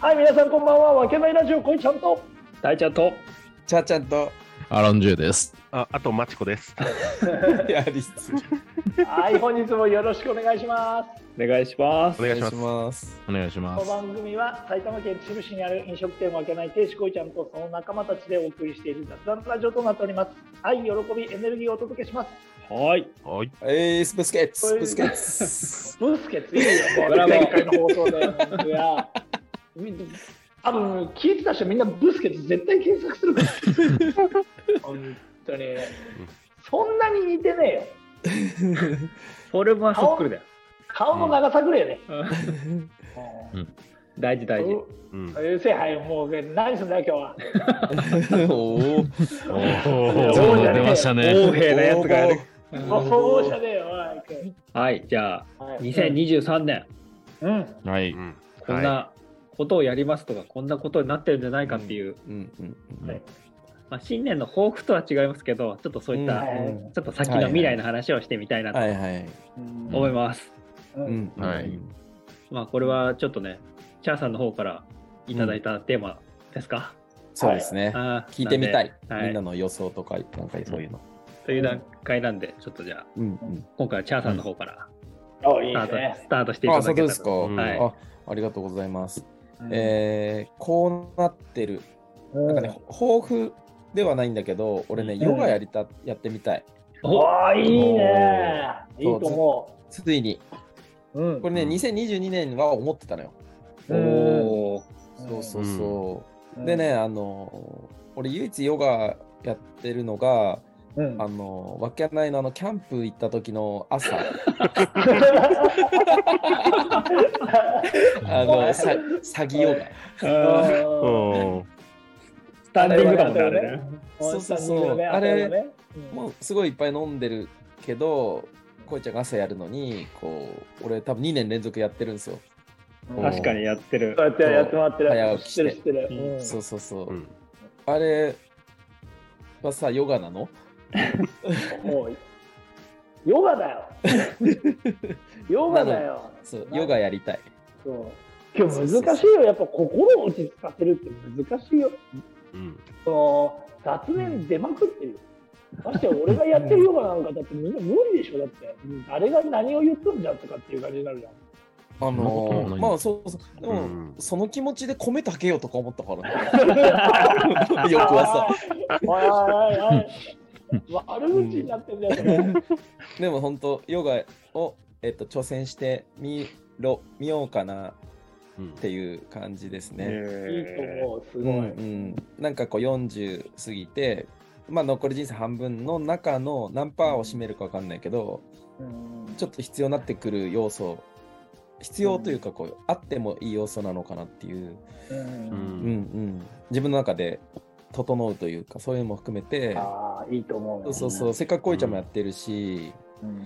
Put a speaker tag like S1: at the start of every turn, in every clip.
S1: はい、皆さんこんばんは。わけないラジオ、こいちゃんと。
S2: 大ちゃんと
S3: ちゃーちゃん と
S4: アランジュです。
S5: あ、あとマチコです。
S3: やりつつ
S1: はい、本日もよろしくお願いします。
S2: お願いします
S5: お。願いします。
S3: ます。
S4: お願いしま
S1: この
S4: す。
S1: 番組は埼玉県秩父市にある飲食店を開けない亭主こいちゃんとその仲間たちでお送りしている雑談ラジオとなっております。愛、喜び、エネルギーをお届けします。
S2: はい。
S5: はい。
S3: えー、スプスケッ
S1: こうい
S3: ツ、
S1: う
S3: ブスケッ ツ。
S1: ブースケツいいよ、もう前回の放送で。いや、多分聞いてた人みんなブースケツ絶対検索するから。本当に。そんなに似てねえよ。
S2: フォルムはそっくりだよ。
S1: 顔の長さぐらいよね。
S2: 大事大事。
S5: うん。
S1: うるせえ、はい、もう何すんだよ、今日は。
S3: おー
S4: お
S1: そうじゃね
S4: お
S1: え
S4: 出ました
S2: 王
S4: ね。
S2: 兵なやつがね。
S1: もうそうじゃねえよ、お
S2: はい。じゃあ、
S1: い。
S2: 2023年、
S1: うん。
S4: は
S5: う
S4: い。
S5: ん。
S2: こんなことをやりますとか、こんなことになってるんじゃないかっていう、
S3: うんうんうん
S1: はい
S2: まあ、新年の抱負とは違いますけど、ちょっとそういった、
S1: うん
S2: ちょっと先の未来の話をしてみたいなと
S3: はいはい。
S1: うん
S2: 思います。
S3: うんうん
S4: はい
S2: まあ、これはちょっとね、チャーさんの方からいただいたテーマですか。
S3: そうですね。
S2: あー
S3: 聞いてみたい。
S2: なんではい
S3: みんなの予想とか、なんかそういうの。
S2: という段階なんで、ちょっとじゃあ、
S3: うんうん。
S2: 今回はチャーさんの方から
S1: おい
S2: ス
S1: いで
S2: ター
S1: す
S2: ト,、
S1: ね。
S2: スタートしていた
S3: あ、
S2: だ
S3: そう
S2: けた
S3: で
S2: ら
S3: すか。
S5: うん
S2: はい
S3: あ、ありがとうございます。えー、こうなってる。
S1: うん
S3: なんかね、抱負ではないんだけど、俺ね、
S2: うん
S3: ヨガやりた、やってみたい。
S2: お
S1: おーいいね。いいと思
S3: ついに。
S1: う。うん
S3: これね、
S5: うん
S3: 2022年は思ってたのよ。
S2: おー
S3: そうそうそう。
S1: うん
S3: でね、、あの俺唯一ヨガやってるのが、
S1: うん
S3: あのわけないのあのキャンプ行った時の朝あのさ詐欺ヨガ
S2: あー
S5: おー
S2: スタンディングだもんね、あれね。
S3: そうそうそう
S1: おースタン
S3: あれ
S1: ディングだね
S3: もうすごいいっぱい飲んでるけどこいちゃんが朝やるのにこう俺多分2年連続やってるんですよ、
S1: うん
S3: もう
S2: 確かにやってる
S1: そう。やってやってもらってる。
S3: 早起
S1: 知
S3: き
S1: っ
S3: してて
S1: る知ってる。うん
S3: そうそうそう、
S5: うん。
S3: あれはさヨガなの
S1: もうヨガだ よ。ヨガだよ。
S3: そう
S1: な
S3: ヨガやりたい
S1: そう。今日難しいよ。やっぱ心を落ち着かせるって難しいよ。
S5: うん。
S1: その雑念出まくってるよ。ましてや俺がやってるヨガなんかだってみんな無理でしょだって。誰が何を言っとんじゃんとかっていう感じになるじゃん。
S3: あ
S4: んなこ
S3: の
S4: ともないんだ
S3: まあそうそうでも、
S5: うん
S3: その気持ちで米炊けようとか思ったから ね よくはさ
S1: おいおいおいおい。悪口になってんじゃん。
S3: でも本当ヨガを、えっと、挑戦してみろ見ようかな
S5: うん
S3: っていう感じですね。
S1: いいと
S2: え
S1: 思う。す
S3: う
S1: ご
S3: ん
S1: い。
S3: うん、なんかこう40過ぎて、まあ、残り人生半分の中の何パーを占めるか分かんないけどちょっと必要になってくる要素必要というかこう、あってもいい要素なのかなっていう、
S1: うん
S5: う
S3: うんんうん、自分の中で整うというかそういうのも含めて
S1: ああいいと思うね。
S3: そうそうそうせっかくこいちゃんもやってるし、
S1: うん。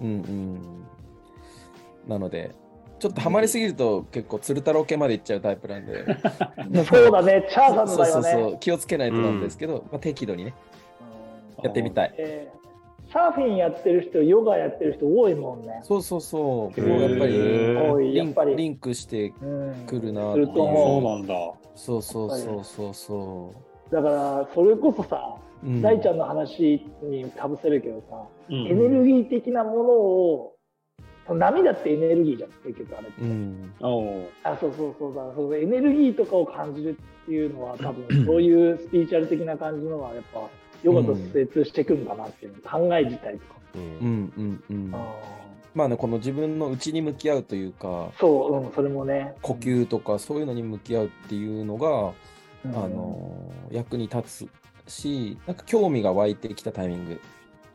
S3: うんうん。なので、ちょっとハマりすぎると結構鶴太郎系まで行っちゃうタイプなんで、
S1: そうだね。チャーさんの
S3: そう
S1: 場合
S3: そ
S1: は
S3: う
S1: ね。
S3: そう、気をつけないとなんですけど、まあ、適度にね、
S1: うん
S3: やってみたい。
S1: えーサーフィンやってる人、ヨガやってる人多いもんね。
S3: そうそうそう、
S2: へ
S3: こ
S2: ー
S3: うやっぱり
S1: 多い、
S3: リ
S1: やっ
S3: ン
S1: ぱり。
S3: リンクして、
S1: うん
S3: 来るな
S1: する
S2: ー
S1: と
S2: そ
S1: 思
S2: う
S1: う。
S2: なんだ。
S3: そうそうそうそうそ
S1: だから、それこそさ、
S3: う。うん
S1: 大ちゃんの話にかぶせるけどさ、
S2: う
S1: エネルギー的なものを、その涙ってエネルギーじゃん、結局あれって。
S3: うん、
S2: おー
S1: あそうそうそうだそうそうエネルギーとかを感じるっていうのは多分そういうスピリチュアル的な感じのはやっぱヨガと精通していくんだなっていうの考え自体とか、
S5: うん
S3: うん、うん、うん。
S1: あ
S3: まあね、この自分の内に向き合うというか
S1: ー、そう、うん、それもね
S3: 呼、吸とかそういうのに向き合うっていうのが、
S1: うん
S3: あの役に立つしなんか興味が湧いてきたタイミング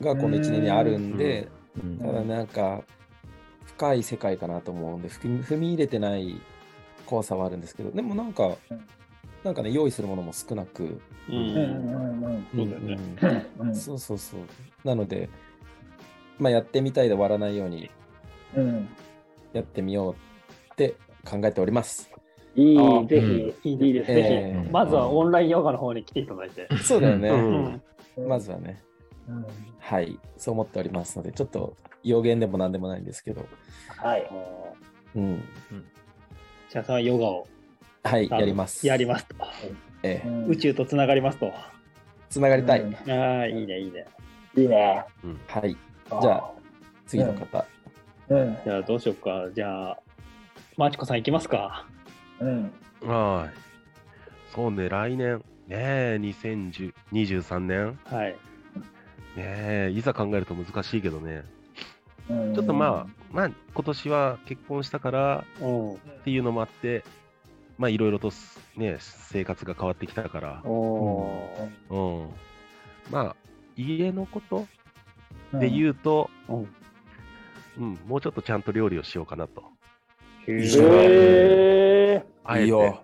S3: がこの1年にあるんで、
S4: うん
S3: ただなんか深い世界かなと思うんで踏み踏み入れてない怖さはあるんですけどでもなんか、
S1: うん
S3: なんかね用意するものも少なく、
S2: う。
S1: うんうんんうん
S2: そうだよね
S3: うん
S1: うん
S3: そうそうそうなので、まあ、やってみたいで終わらないように
S1: うん
S3: やってみようって考えております
S1: いい
S2: あー
S1: ぜひ、いいです
S3: え
S1: ぜ
S3: え
S2: まずはオンラインヨガの方に来ていただいて。
S3: そうだよね、
S5: うん
S1: ひ、
S3: まずはね
S1: うん、
S3: はい、そう思っておりますので、ちょっと予言でも何でもないんですけど、
S1: はい
S3: うん、
S2: チャーさんはヨガを
S3: はい、
S2: あの
S3: やります。
S2: やりますと。
S3: ええ
S2: 宇宙とつながりますと。
S3: つながりたい。
S1: うん
S2: ああ、いいね、いいね。
S1: いいね。
S3: はい。じゃあ、次の方。
S1: うん。
S2: じゃあ、どうしようか。じゃあ、マチコさんいきますか。
S1: うん。
S5: はい。そうね、来年、ねえ、2023年、
S2: はい。
S5: ねえ、いざ考えると難しいけどね、
S1: うん
S5: ちょっとまあ、まあ、今年は結婚したから
S2: うん。
S5: っていうのもあって、まあ、いろいろとすね、生活が変わってきたから、
S2: お
S5: うん。まあ、家のこと
S1: うん
S5: で言うと、
S2: うん
S5: うん、もうちょっとちゃんと料理をしようかなと。
S2: ー
S3: いい
S2: へ
S3: ね
S1: へ
S5: あえ
S3: い
S5: て
S3: いよ。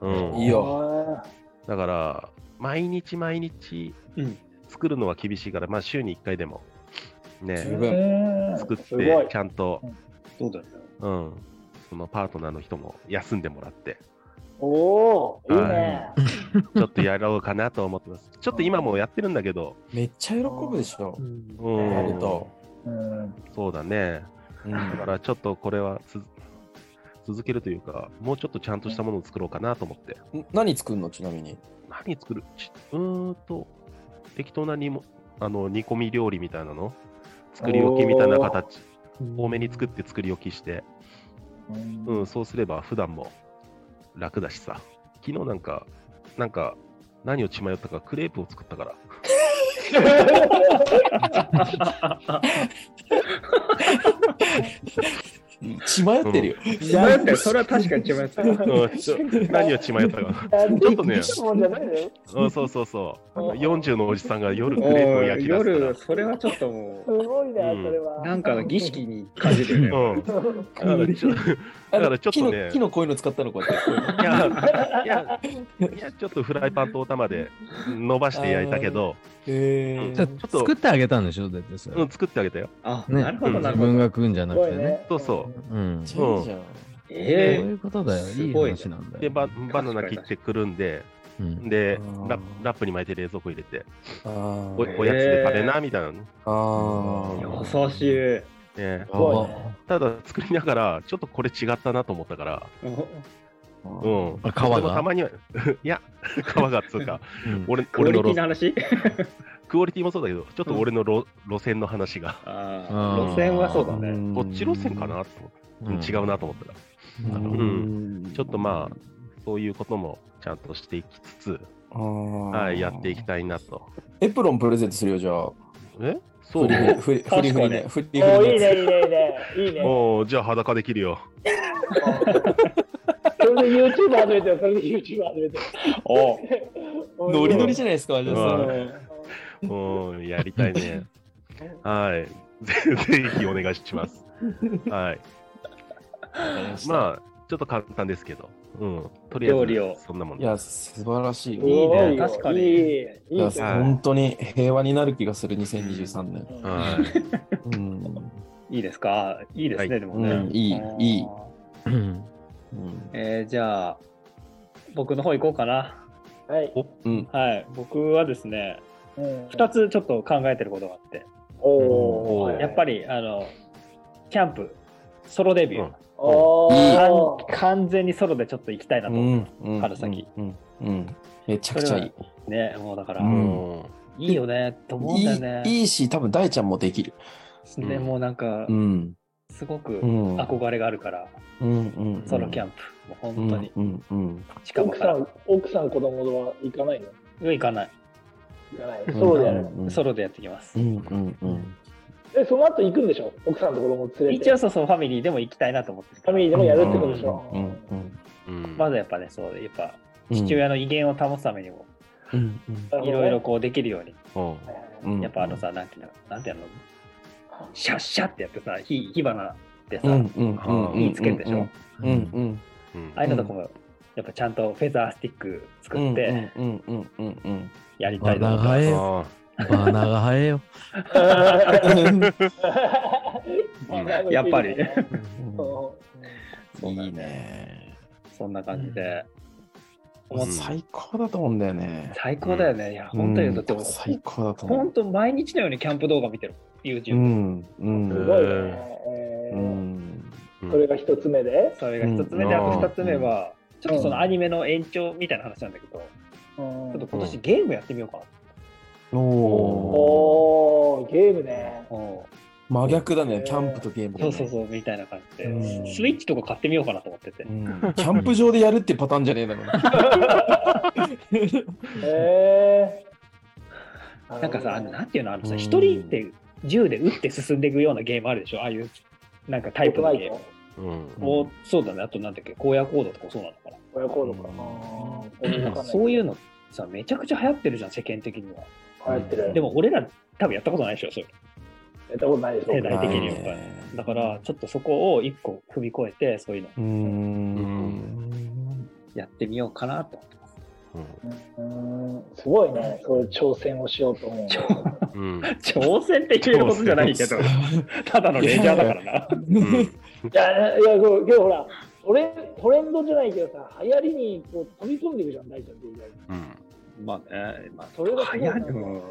S5: うん、
S1: ー
S3: いいよ。
S5: だから、毎日毎日
S2: ーうん。
S5: 作るのは厳しいから、まあ、週に1回でも、
S3: 十
S5: ね、
S3: 分
S1: うん
S5: 作っ
S1: すごい
S5: て、ちゃんと、
S2: そうだよね。
S5: うん、そのパートナーの人も休んでもら って、
S1: おーいいね
S5: は。ちょっとやろうかなと思ってます。ちょっと今もやってるんだけど、
S3: めっちゃ喜ぶでしょ。
S5: う
S3: や
S5: ん
S3: る、と。
S1: うん。
S5: そうだね。
S3: うん
S5: だから、ちょっとこれはつ続けるというか、もうちょっとちゃんとしたものを作ろうかなと思って。
S3: ん何作るのちなみに。
S5: 何作るちうーんと、適当な煮もあの煮込み料理みたいなの作り置きみたいな形、多めに作って作り置きして、うん、そうすれば普段も楽だしさ。昨日なんか、なんか、何を血迷ったか、クレープを作ったから。
S3: 血迷ってるよ。
S2: 迷ったよそれは確かに違います。
S5: うんちょ何を血迷ったか。
S1: ち
S5: ょっとね
S1: もんじゃないのよ。
S5: うん、そうそうそう。あ
S1: あ
S5: の
S1: ー
S5: 40のおじさんが 夜クレープを
S2: お
S5: 焼
S2: い
S5: き出すから
S2: 夜、それはちょっとも
S1: すごいな、
S5: うん
S1: それは。
S2: う、 なんかの儀式に感じるよね。
S5: うん。だからちょだからちょっとね
S3: 木の木のこういうの使ったのこうやって。
S5: いや、いや、いやちょっとフライパンとお玉で伸ばして焼いたけど、
S3: へ
S5: う
S3: ー
S5: んち
S4: ち
S5: ょ
S4: ょ
S5: っ
S4: っ
S5: と
S4: と作ってあげたんでしょだってそれ、
S5: うん、作ってあげたよ。
S2: あ、
S4: ね
S2: なるほど、な
S4: 自
S2: るほ
S4: 分
S2: ど。
S4: が食うんじゃ
S1: す
S4: な
S1: ご
S4: く
S1: い
S4: てね
S1: ね。
S5: そうそ
S4: うん
S3: めっ
S4: そ
S3: ちゃいいじゃん。
S4: う
S2: え
S4: いうことだよい
S2: す
S4: い
S2: ごいね
S4: 話なんだよ
S5: で、ババナナ切ってくるんで、
S4: うん
S5: で
S3: あー
S5: ラ、ラップに巻いて冷蔵庫入れて、
S3: あ
S5: お
S3: ー
S5: おやつで食べな、みたいなのね。
S3: あ
S5: よ
S3: ー。
S2: ー、優しい。
S5: ね
S1: すごい
S4: あ
S1: ね
S5: ただ作りながら、ちょっとこれ違ったなと思ったから、うん。
S4: あ皮が
S5: でもたまには、 いや、皮がっつうか、
S4: うん
S5: 俺
S2: クオ
S5: 俺
S2: リ
S5: の
S2: ティ
S5: 路
S2: の話
S5: クオリティもそうだけど、ちょっと俺の路,、路線の話が、
S2: あー
S4: うん
S2: 路線はそうだね。
S5: こっち路線かなと思って、違うなと思ったら、うんちょっとまあ、そういうこともちゃんとしていきつつ、
S3: あー
S5: はい、やっていきたいなと。
S3: エプロンプレゼントするよ、じゃあ。
S5: えそ
S3: フ
S5: う
S3: リ
S5: ね。
S3: フリフリフリね。フリフリ
S1: おーいい
S3: のや
S1: ね、いいね、いいね。いいね。
S5: おうじゃあ裸できるよ。
S1: それで YouTube 始めてよ、それで YouTube 始めてよ。
S2: お
S3: つ。ノリノリじ
S1: ゃ
S3: ゃないですか、じゃあ
S5: う
S3: そ
S5: ん
S3: れ。
S5: うん、やりたいね。はい。ぜぜひお願いします。はい。まあ、ちょっと簡単ですけど、うん。とりあ
S2: 料理
S5: え
S2: を
S5: ず、そんなもん
S3: い
S5: で
S3: や、
S5: す。
S3: 素晴らしい。
S1: いいね、
S2: 確かに
S1: いい。い
S3: い
S1: い
S3: や
S1: ね
S5: はい
S3: 本当に平和になる気がする、2023年。
S5: は
S3: う
S5: い。
S3: ん。
S2: いいですかいいですね、
S5: はい
S2: でも
S3: う
S2: ね。
S3: ん、いい
S2: あ、ー
S3: いい。
S4: うん
S3: うん
S2: えーじゃあ、僕の方行こうかな。
S1: はい。
S3: うん。
S2: はい、僕はですね、
S1: 二
S2: 2。つちょっと考えてることがあって、
S1: お
S5: お
S1: お。
S5: ー
S2: やっぱり、あの、キャンプ、ソロデビュー、
S1: おお。
S2: 完完全にソロでちょっと行きたいなと。
S3: うん。うん
S2: 春先。
S3: うん。うん。めちゃくちゃいい。
S2: ね、もうだから、
S3: う
S5: うんん。
S2: いいよね、と思うんだよね。
S3: いいいいし、多分大ちゃんもできる。
S2: ね、
S5: うん
S2: もうなんか
S3: う、ん。
S2: すごく
S3: うん。
S2: 憧れがあるから、
S3: うんうん。
S2: ソロキャ
S3: ン
S2: ンプ、もう本当に、。
S3: うんうん。
S2: 近場
S1: 奥
S2: か
S1: さ
S2: ら、
S1: ん、奥さん子供は行かないの
S2: うん行かない。
S1: 行かない。そうだよね。
S3: ん
S2: ソロでやってきます
S3: う。んうんうん。
S1: え、その後行くんでしょ奥さんと子供連れて。
S2: 一応そうそう、ファミリーでも行きたいなと思ってる
S1: ファミリーでもやるってことでしょ
S3: うんうん
S5: うん
S2: まずやっぱね、そう、やっぱ、
S3: うん。
S2: 父親の威厳を保つためにも、
S3: うんうん。
S1: なるほどね
S2: いろいろこうできるように、
S5: うん
S3: うん
S2: やっぱあのさ、なんていうの、なんていうの、シャッシャってやってさ、火火花ってさ、
S3: うん
S2: あ
S3: うんうんうん。
S2: 火つけるでしょ
S3: うんうん。
S5: うん
S2: あいうのとかも、やっぱちゃんとフェザースティック
S3: う
S2: 作
S3: ん
S2: って
S3: うんうんうんうん。
S2: やりた
S4: バ
S2: いな
S4: ナ
S2: と。
S4: がえよ
S5: あ
S4: バナが生えよ
S2: やっぱり
S3: うんいいね。
S2: そんな感じで、
S5: ん
S3: もう最高だと思うんだよね。
S2: 最高だよね。いや、本当に、だって
S3: うん最高だと思
S2: 本
S3: う。
S2: 当毎日のようにキャンプ動画見てる、YouTube。
S3: うんうん
S1: す
S5: ん
S1: ごいね。
S3: う
S1: えー
S3: ん
S5: ーうん
S1: それが一つ目で。
S2: それが一つ目で、
S5: うん
S2: あと二つ目は、ちちょっとそのアニメの延長みたいな話なんだけど、
S1: うん
S2: ちょっと今年ゲームやってみようかな。
S4: おお。
S1: おー、ゲームね。
S2: うん
S3: 真逆だね、キャンプとゲーム
S2: そ
S3: だ
S2: うそう
S3: ね。
S2: そう、みたいな感じで、
S3: うん
S2: スイッチとか買ってみようかなと思ってて。
S3: うんキャンプ場でやるってパターンじゃねえだろ。
S1: へー。
S2: なんかさ、あのなんていうの、あの
S4: う
S2: さ、
S4: ん
S2: 一人って銃で撃って進んでいくようなゲームあるでしょ、ああいう、なんかタイプの
S1: な
S2: ゲ
S1: い
S2: ーム
S1: と。。
S5: うん。
S2: おそうだね、あとなんだっけ、荒野行動とかそうなのかな。
S1: 親コードかな。わかんな
S2: そういうのさ、めちゃくちゃ流行ってるじゃん、世間的には。
S1: 流行ってる。
S2: でも俺ら、多分やったことないでしょ、それ。
S1: やったことないでしょ。
S2: 世代的には
S3: ないね
S2: だから、ちょっとそこを一個踏み越えて、そういうの
S3: うーん。
S2: やってみようかなと思ってます。
S1: うんすごいね、そういう挑戦をしようと思う。
S5: うん。
S2: 挑戦って言うことじゃないけど、ただのレジャーだからな。
S5: うん。
S1: いや、いや、こうけどほら、トレトレンドじゃないけどさ、流行りにこう飛び込んでいくじゃん、大ちゃんって意外に。
S5: う ん。
S2: まあね、まあ、
S1: それがすごいな
S2: 流行るうんっ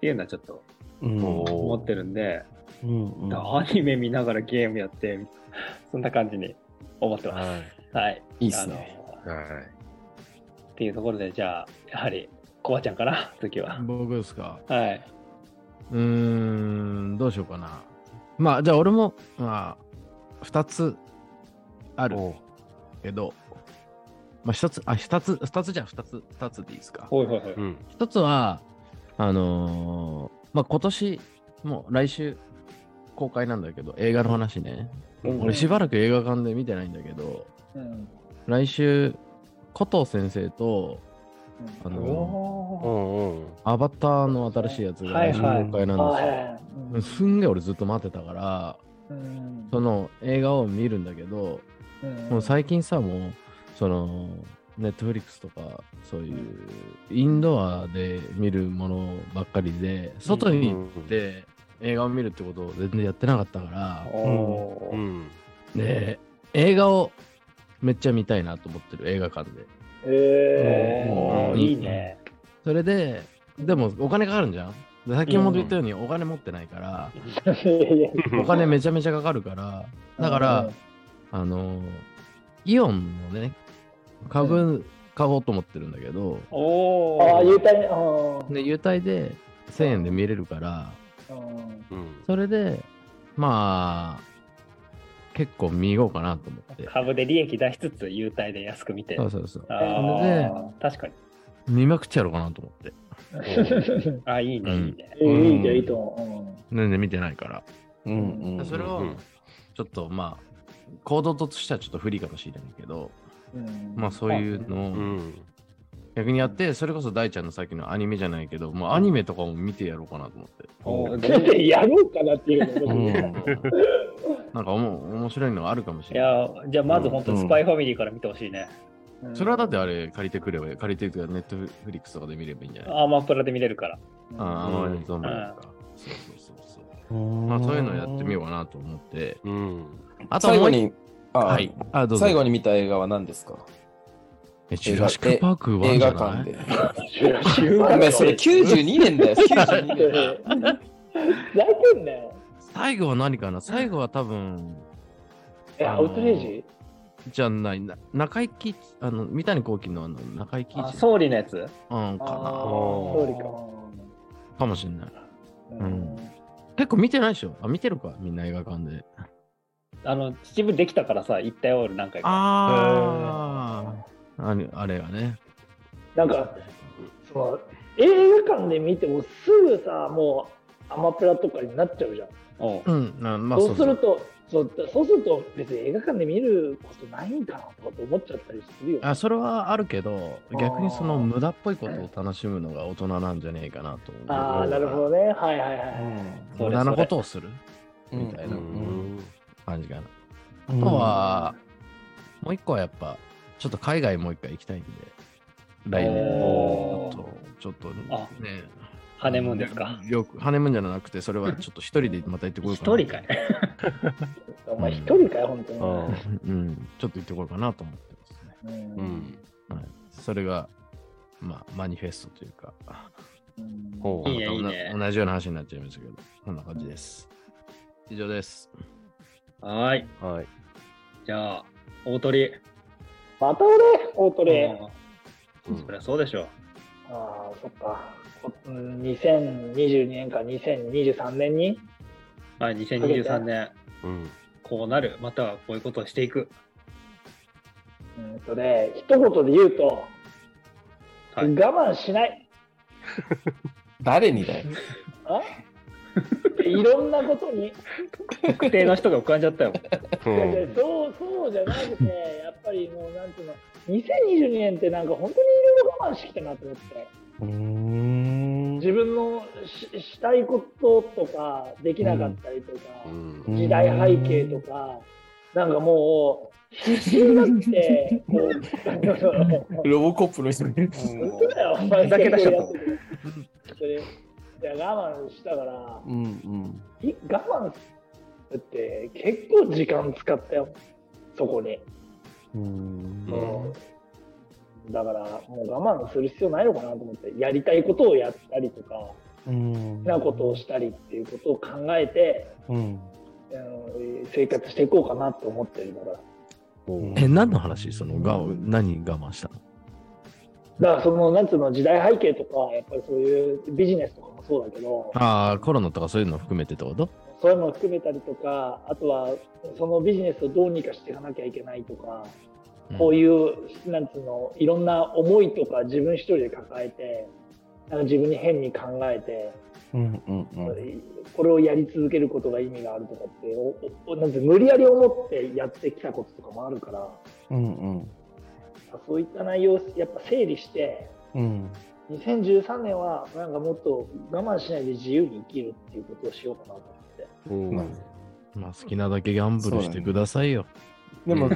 S2: ていうのはちょっと
S3: うん
S2: 思
S5: お
S2: ってるんで、
S3: うんうん
S2: アニメ見ながらゲームやって、 そんな感じに思ってます。はい。
S3: いいっすね。
S2: あの
S5: い。はい。
S2: っていうところで、じゃあ、やはり、コバちゃんかな、次は。
S4: 僕ですか。
S2: はい。
S4: うーん、どうしようかな。まあ、じゃあ俺も、まあ、2つある
S5: お
S4: けど、まあ、1つ、あ、2つ、2つじゃん、2つ、2つでいいですか。
S2: ほいほいほい。
S5: うん。
S4: 1つは、あのーまあ、今年、もう来週公開なんだけど、映画の話ね。俺、しばらく映画館で見てないんだけど、
S1: うん
S4: 来週、コトー先生と、あの
S5: う
S1: お
S5: んうん。
S4: アバターの新しいやつが
S2: はい
S4: 来週公
S2: はい
S4: 開
S1: ー
S4: なん
S1: は
S4: で
S1: い
S4: すよ。
S1: はい
S4: すんげえ俺ずっと待ってたから、
S1: うん
S4: その映画を見るんだけど、
S1: うん
S4: もう最近さ、もう、その、ネットフリックスとか、そういう、インドアで見るものばっかりで、外に行って映画を見るってことを全然やってなかったから、
S2: おー
S5: うん。
S4: で、映画をめっちゃ見たいなと思ってる、映画館で。
S1: へー
S2: おーいいね。
S4: それで、でもお金かかるんじゃんで先ほど言ったようにお金持ってないから、お金めちゃめちゃかかるから、 だから、あのーイオンのね、株買おうと思ってるんだけど、
S2: お
S1: ああ、
S2: ー
S1: 言うたね。う
S4: で、優待で1000円で見れるから、
S1: んうん
S5: うん。
S4: それで、まあ、結構見ようかなと思って。
S2: 株で利益出しつつ、優待で安く見て
S4: そ。うそうそう。
S2: あ
S4: それで
S2: ー確かに。
S4: 見まくっちゃろうかなと思って。
S2: あ、いいね、
S4: うん
S2: いいね。
S1: えーいいじゃん、
S4: うん
S1: いいと思
S4: 全然見てないから。
S3: うんうんうん
S4: それを
S5: うん、
S4: ちょっとまあ、行動としてはちょっと不利かもしれないけど、
S1: う。うん
S4: まあそういう
S5: う
S4: のを
S5: ん。
S4: 逆にやって、それこそ大ちゃんのさっきのアニメじゃないけど、もうアニメとかも見てやろうかなと思って。
S2: おー
S1: だってやろうかなっていう
S3: う
S1: の
S3: ん
S1: ね
S4: なんかおも面白いのがあるかもし
S2: い
S4: れない。
S2: やーじゃあまず本当スパイファミリーから見てほしいね。
S4: それはだってあれ借りてくれば、借りてるというかネットフリックスとかで見ればいいんじゃない
S2: アーマープラで見れるから。
S4: ああ、あ
S5: うん
S4: まりゾンビとか。そうそうそうそう。まあそういうのやってみようかなと思って。
S5: うん。。
S4: あとは
S3: 最
S4: も
S3: 後
S4: う一
S3: に、あ
S4: 個、はい。あ、どうぞ。
S3: 最後に見た映画は何ですか
S4: えジュラシックパークは
S3: 映画館で。ご
S1: ご
S3: めん、 それ92年 だよ、92年。
S1: 泣いてんね。
S4: 最後は何かな最後は多分、
S1: え、アウトレイジ
S4: じゃない、な中井貴一、あの、三谷幸喜のあの中井貴
S2: あ、
S4: 一
S2: 総理のやつ
S4: うん
S1: あー
S4: か
S1: そうりか。
S4: な。かもしれない。
S1: うん
S4: 結構見てないでしょあ、見てるかみんな映画館で。
S2: あの、秩父できたからさ、行ったよ、俺何回か。
S4: ああ。あれあれがね。
S1: なんか、その映画館で見てもすぐさ、もうアマプラとかになっちゃうじゃん。
S2: おう
S4: うん。あまあ
S1: そうすると、そうそうすると別に映画館で見ることないんかなとかと思っちゃったりするよ。
S4: あそれはあるけど
S1: あー
S4: 逆にその無駄っぽいことを楽しむのが大人なんじゃねえかなと思う
S1: ああ、なるほどね。はいはいはい。
S4: 無駄なことをする
S3: うん
S4: みたいうなん感じかな、
S3: うん
S4: あとはもう一個はやっぱちょっと海外もう一回行きたいんで来年
S2: おー
S4: ちょっとちょっと
S2: あ
S4: ね
S2: ハネムーンですか。
S4: よくハネムーンじゃなくてそれはちょっと一人でまた行ってこよ
S2: 一
S4: うか
S2: 人
S4: な
S2: かい。
S1: お前一人かよ、本当
S5: うん
S4: うんちょっと行ってこようかなと思ってますね、
S1: に。
S5: う。ん。
S4: はい、それがまあマニフェストというか
S1: うん
S5: ほう。
S2: いいね
S4: また同じような話になっちゃいましたけど、こんな感じです。以上です。
S2: はーい。
S5: はい。
S2: じゃあ、大鳥。
S1: また俺、オートレー。
S5: うん
S2: そりゃそうでしょ
S1: ああ、そっか。こうん2022年か2023年に
S2: う。はい、2023年、
S5: うん
S2: こうなる、またはこういうことをしていく。
S1: うんとね、一言で言うと、
S2: はい
S1: 我慢しない。
S3: 誰にだよ。
S1: あいろんなことに、
S2: 特定の人が浮かんじゃった よ。
S5: うん
S1: そうそうじゃなくて、やっぱりもうなんていうの、2022年ってなんか本当にいろいろ我慢してきたなと思って、
S3: うーん。
S1: 自分のししたいこととか、できなかったりとか、
S5: うん
S1: 時代背景とか、なんかもう、必死になって、もう、
S3: ロボコップの人に。
S1: 本当だよ、お前
S2: ふざけ出しちゃった
S1: やるそれ、いや、我慢したから、
S3: うんうん。
S1: い我慢するって結構時間使ったよ、そこに。
S3: うん
S5: う。
S1: だから、もう我慢する必要ないのかなと思って、やりたいことをやったりとか、好
S3: うん
S1: きなことをしたりっていうことを考えて、
S3: うん。
S1: あの生活していこうかなと思ってるから。
S5: うん
S4: え、何の話その我慢、何我慢したの
S1: だからその、なんつうの、時代背景とか、やっぱりそういうビジネスとかもそうだけど、
S4: ああ、コロナとかそういうの含めてってこと
S1: そういうのを含めたりとか、あとはそのビジネスをどうにかしていかなきゃいけないとか、こういう、なんつうの、いろんな思いとか自分一人で抱えて、なんか自分に変に考えて、
S3: うんうんうん。
S1: これをやり続けることが意味があるとかって、おおなんて無理やり思ってやってきたこととかもあるから、
S3: うんうん。
S1: そういった内容をやっぱ整理して、
S3: うん。
S1: 2013年はなんかもっと我慢しないで自由に生きるっていうことをしようかなと思って。
S5: うん
S4: まあ好きなだけギャンブルしてくださいよ。
S3: でも、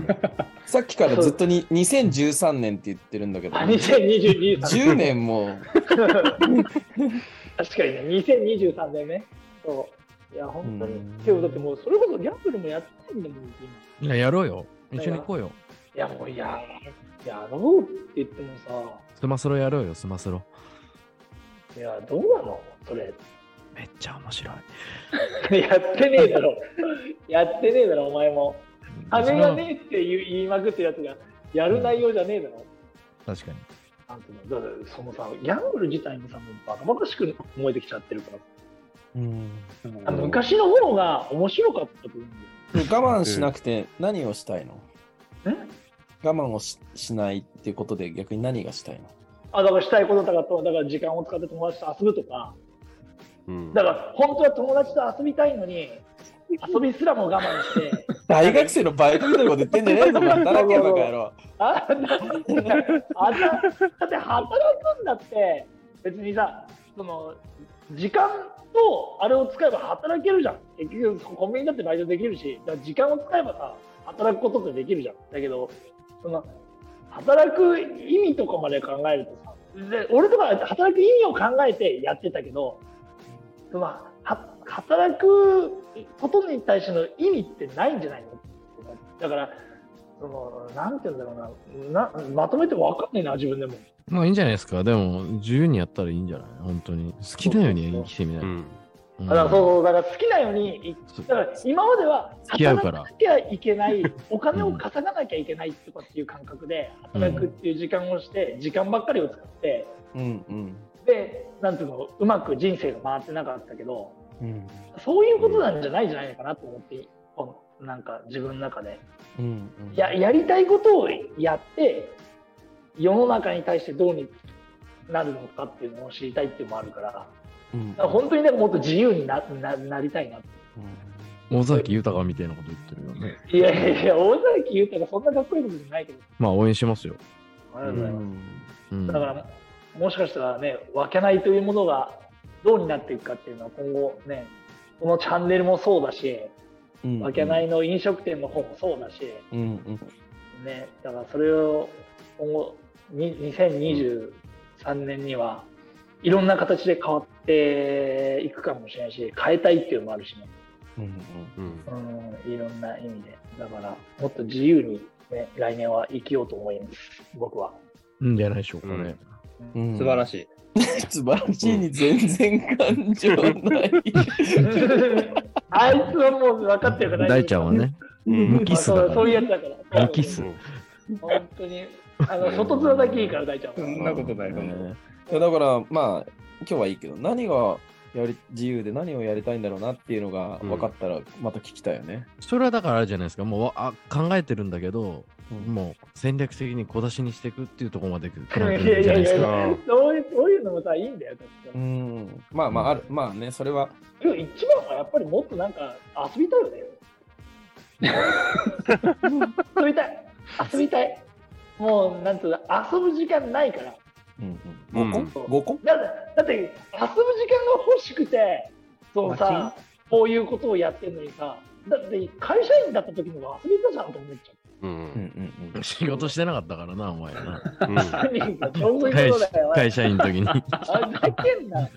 S3: さっきからずっとに2013年って言ってるんだけど、
S1: あ、2022
S3: 10 年も、
S1: 確かにね、2023年ね。そう。いや、本当
S3: う
S1: に
S3: ん。
S1: けど、だってもう、それこそギャンブルもやってないんだもん、今。
S4: いや、やろうよ。一緒に行こうよ。
S1: いや、もう、いや、やろうって言ってもさ、
S4: スマスロやろうよ、スマスロ。
S1: いや、どうなのそれ。
S4: めっちゃ面白い。
S1: やってねえだろ。やってねえだろ、お前も。
S4: そ
S1: 金
S4: れ
S1: が
S4: は
S1: ねえって言い言いまくってるやつが、やる内容じゃねえだろ。
S4: 確かに。
S1: なんていうのだからそのさ、ギャンブル自体もさ、もうバカバカしく思えてきちゃってるから。
S3: うん
S1: あの昔の方が面白かったと思うんだよ。
S3: 我慢しなくて何をしたいの
S1: え
S3: 我慢をししないっていうことで逆に何がしたいの
S1: あ、だからしたいこととかと、だから時間を使って友達と遊ぶとか、
S5: うん
S1: だから本当は友達と遊びたいのに遊びすらも我慢して
S3: 大学生のバイクみたいなこと言ってんじゃねえぞ、働けばか やろ。
S1: あなんてあんなだって働くんだって別にさその時間とあれを使えば働けるじゃん結局コンビニだってバイトできるしだから時間を使えばさ働くことってできるじゃんだけどその働く意味とかまで考えるとさで俺とか働く意味を考えてやってたけどそのは働くことに対しての意味ってないんじゃないのだからそのなんて言うんだろうななまとめて分かんねえな自分でも
S4: まあいいんじゃないですか。でも、自由にやったらいいんじゃない本当に。好きなように生きてみな
S5: う
S4: い。
S5: ん
S4: うん
S1: だからそうそうだから好きなようにい
S4: そう
S1: だから今までは
S4: 付き合うから
S1: 働かなきゃいけないお金を稼がなきゃいけないとかっていう感覚で働くっていう時間をして時間ばっかりを使って
S3: うんうん。
S1: でなんていうのうまく人生が回ってなかったけど
S3: うん
S1: そういうことなんじゃないんじゃないのかなと思ってこうなんか自分の中で
S3: うん
S1: ややりたいことをやって世の中に対してどうになるのかっていうのを知りたいっていうのもあるから。
S3: うん
S1: だから本当になんかもっと自由になななりたいなって
S4: 尾崎豊みたいなこと言ってるよね。
S1: いやいやいや大崎言うたらそんなかっこいいことじゃないけど
S4: まあ応援しますよ。
S1: ありがとうございます、
S4: うん、
S1: だからもしかしたらね分けないというものがどうになっていくかっていうのは今後ねこのチャンネルもそうだし
S3: うん
S1: 分けないの飲食店の方もそうだし、
S3: うんうん
S1: ね、だからそれを今後に2023年にはいろんな形で変わっていくかもしれないし変えたいっていうのもあるしね
S3: うん
S5: うん
S1: うん、いろんな意味で。だから、もっと自由に、ね、来年は生きようと思います、僕は。
S4: うんじゃないでしょうかね。
S5: うん
S3: う
S2: 素
S3: ん。
S2: 晴ら
S3: し
S2: しい。
S3: い。素晴らしいに全然感情ない。
S1: あいつはもう分かってるから
S4: 大ちゃんはね、無
S5: うん
S4: キスだ
S1: そう
S4: か
S1: そうい
S4: ら
S1: うやつだから。
S4: 無キス
S5: うん
S1: 本当に。あの外面だけいいから大ちゃん
S3: そ
S1: は。
S3: んなことないと思う。いやだから、まあ、今日はいいけど、何がやり自由で何をやりたいんだろうなっていうのが分かったら、また聞きたいよね。
S4: それはだからあれじゃないですか、もうあ考えてるんだけど、
S3: うん
S4: もう戦略的に小出しにしていくっていうところまで来る
S1: いや
S4: 来
S1: い
S4: る
S1: や
S4: ん
S1: い
S4: じゃ
S1: や
S4: ない
S1: い
S4: です
S1: や
S4: か。
S1: そういう、そういうのもさ、いいんだよ、確
S3: う
S1: かに。
S3: ん、まあまあ、あるまあね、それは、
S1: でも一番はやっぱりもっとなんか遊びたいよね。 遊びたい。遊びたい。もう、なんつうの、遊ぶ時間ないから。
S3: うん
S5: う
S3: うんん、5個、五個
S1: だだって、遊ぶ時間が欲しくて、そのさ、こういうことをやってるのにさ、だって会社員だった時の方が遊びたじゃんと思っちゃう。
S5: う
S3: うん
S5: ん
S3: うんうん。
S4: 仕事してなかったからな、お前な。
S5: うん
S1: そういう
S4: 会社
S1: ことだよ。
S4: 会社員の 時に。
S1: あふざけんな。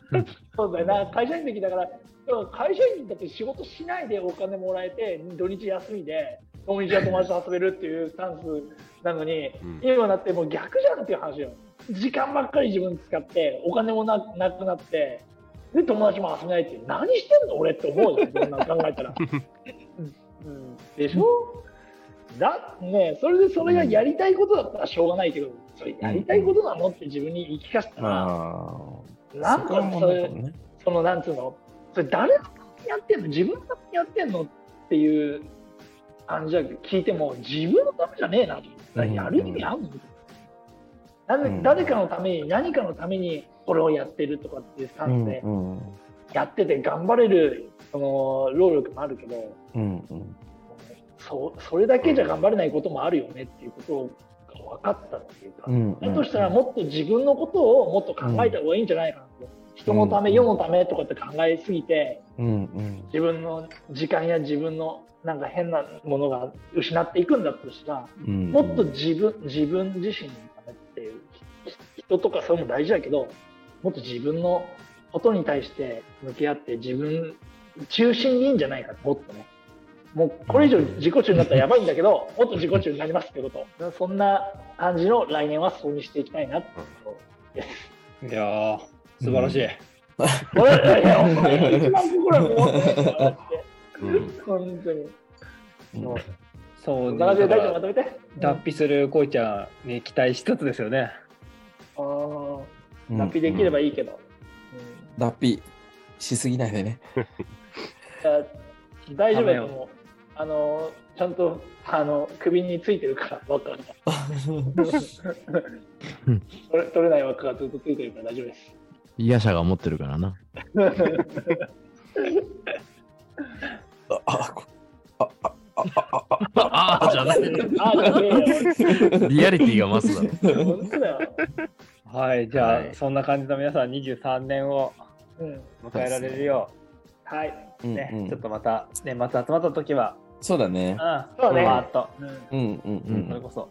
S1: そうだよな、会社員の時だから、でも会社員だって仕事しないでお金もらえて、土日休みで、土日は友達と遊べるっていうスタンスなのに、
S5: うん
S1: 今だってもう逆じゃんっていう話よ。時間ばっかり自分使って、お金もななくなって、で、友達も遊べないって、何してんの俺って思うじゃん、そんなの考えたら。 うんうんでしょだねそれでそれがやりたいことだったらしょうがないけど、それやりたいことなのって自分に言い聞かせたら、
S3: まあ、
S1: なん
S3: そこは
S1: かそ
S3: 問題か
S1: れ
S3: も、ね。
S1: そのなんつうの、それ誰のためにやってんの、自分のためにやってんのっていう感じだけど、聞いても、自分のためじゃねえなと思って、
S3: うん
S1: やる意味あんの、なんで
S3: うん
S1: 誰かのために、何かのためにこれをやってるとかっていうスタ
S3: う
S1: ン
S3: ん
S1: ス
S3: う
S1: で、
S3: ん
S1: やってて頑張れるその労力もあるけど
S3: うんうん
S1: そ、それだけじゃ頑張れないこともあるよねっていうことが分かったっていうか。
S3: うんうん。
S1: だとしたらもっと自分のことをもっと考えた方がいいんじゃないかなと、人のため、
S3: うん
S1: 世のためとかって考えすぎて
S3: うんうん
S1: 自分の時間や自分のなんか変なものが失っていくんだとしたら
S3: うん。
S1: もっと自分自分自身のためっていうひ人とかそういうのも大事だけどもっと自分のことに対して向き合って自分中心にいいんじゃないかともっとねもうこれ以上自己中になったらやばいんだけどもっと自己中になりますってことそんな感じの来年はそうにしていきたいなってこと
S2: いやー、素晴らしい。
S1: 俺いやお前一番僕らも思ってないからだって
S5: うん
S1: 本当に
S3: うん
S1: そう
S2: そう、
S1: な
S2: だ
S1: ので
S2: か
S1: 大丈夫ま
S2: ら
S1: とめて
S2: 脱皮するこいちゃんに期待しつつですよね。
S1: あー
S3: うん
S1: 脱皮できればいいけど、うん
S3: 脱皮しすぎない でね。
S1: いや大丈夫だと思う。あのちゃんとあの首についてるから輪っかが取れ取れない輪っかがずっとついてるから大丈夫です。
S4: 嫌者が持ってるからな。
S3: ああこあああああ
S4: ああ、じゃない。
S1: あーだめ
S4: リアリティが増すだろ。
S1: よ。本当だよ。
S2: はい、じゃあ、
S4: はい
S2: そんな感じの皆さん23年を
S1: うん、
S2: 迎えられるよ
S1: はい。
S2: う、
S3: うん
S2: ね
S3: うん
S2: ちょっとまた年末集まった時は、
S3: そうだね
S2: うん、。パ
S1: そうね
S2: ーッと、
S1: うん
S3: うんうんう
S2: それ
S3: ん。
S2: こそ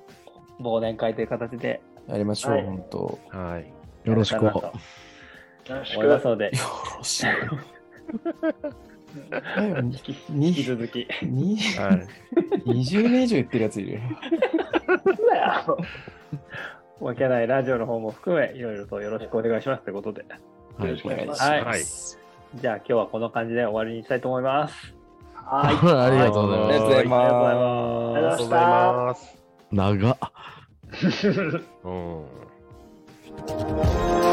S2: 忘年会という形で
S3: やりましょう、
S1: はい
S3: 本当。よ
S5: はい。
S4: よろしく
S2: やれたらなと
S1: よろし
S2: 思います
S1: く。
S2: ので
S3: ろしい。に
S2: 引き続き
S3: に
S5: はい。
S3: 20年以上言ってるやついるよ。
S1: 本当だよ。
S2: わけないラジオの方も含めいろいろとよろしくお願いしますということで
S4: はい
S3: お願いします。
S2: はい
S5: はい
S2: じゃあ今日はこの感じで終わりにしたいと思います
S1: はい。
S4: ありがとうござ
S3: あ
S4: いま
S3: りが
S4: す
S3: とうござい
S2: ありがとうござい
S3: ま
S2: ます
S1: ありがとうございま
S5: ありがとうございます。
S4: 長っ。
S5: うん。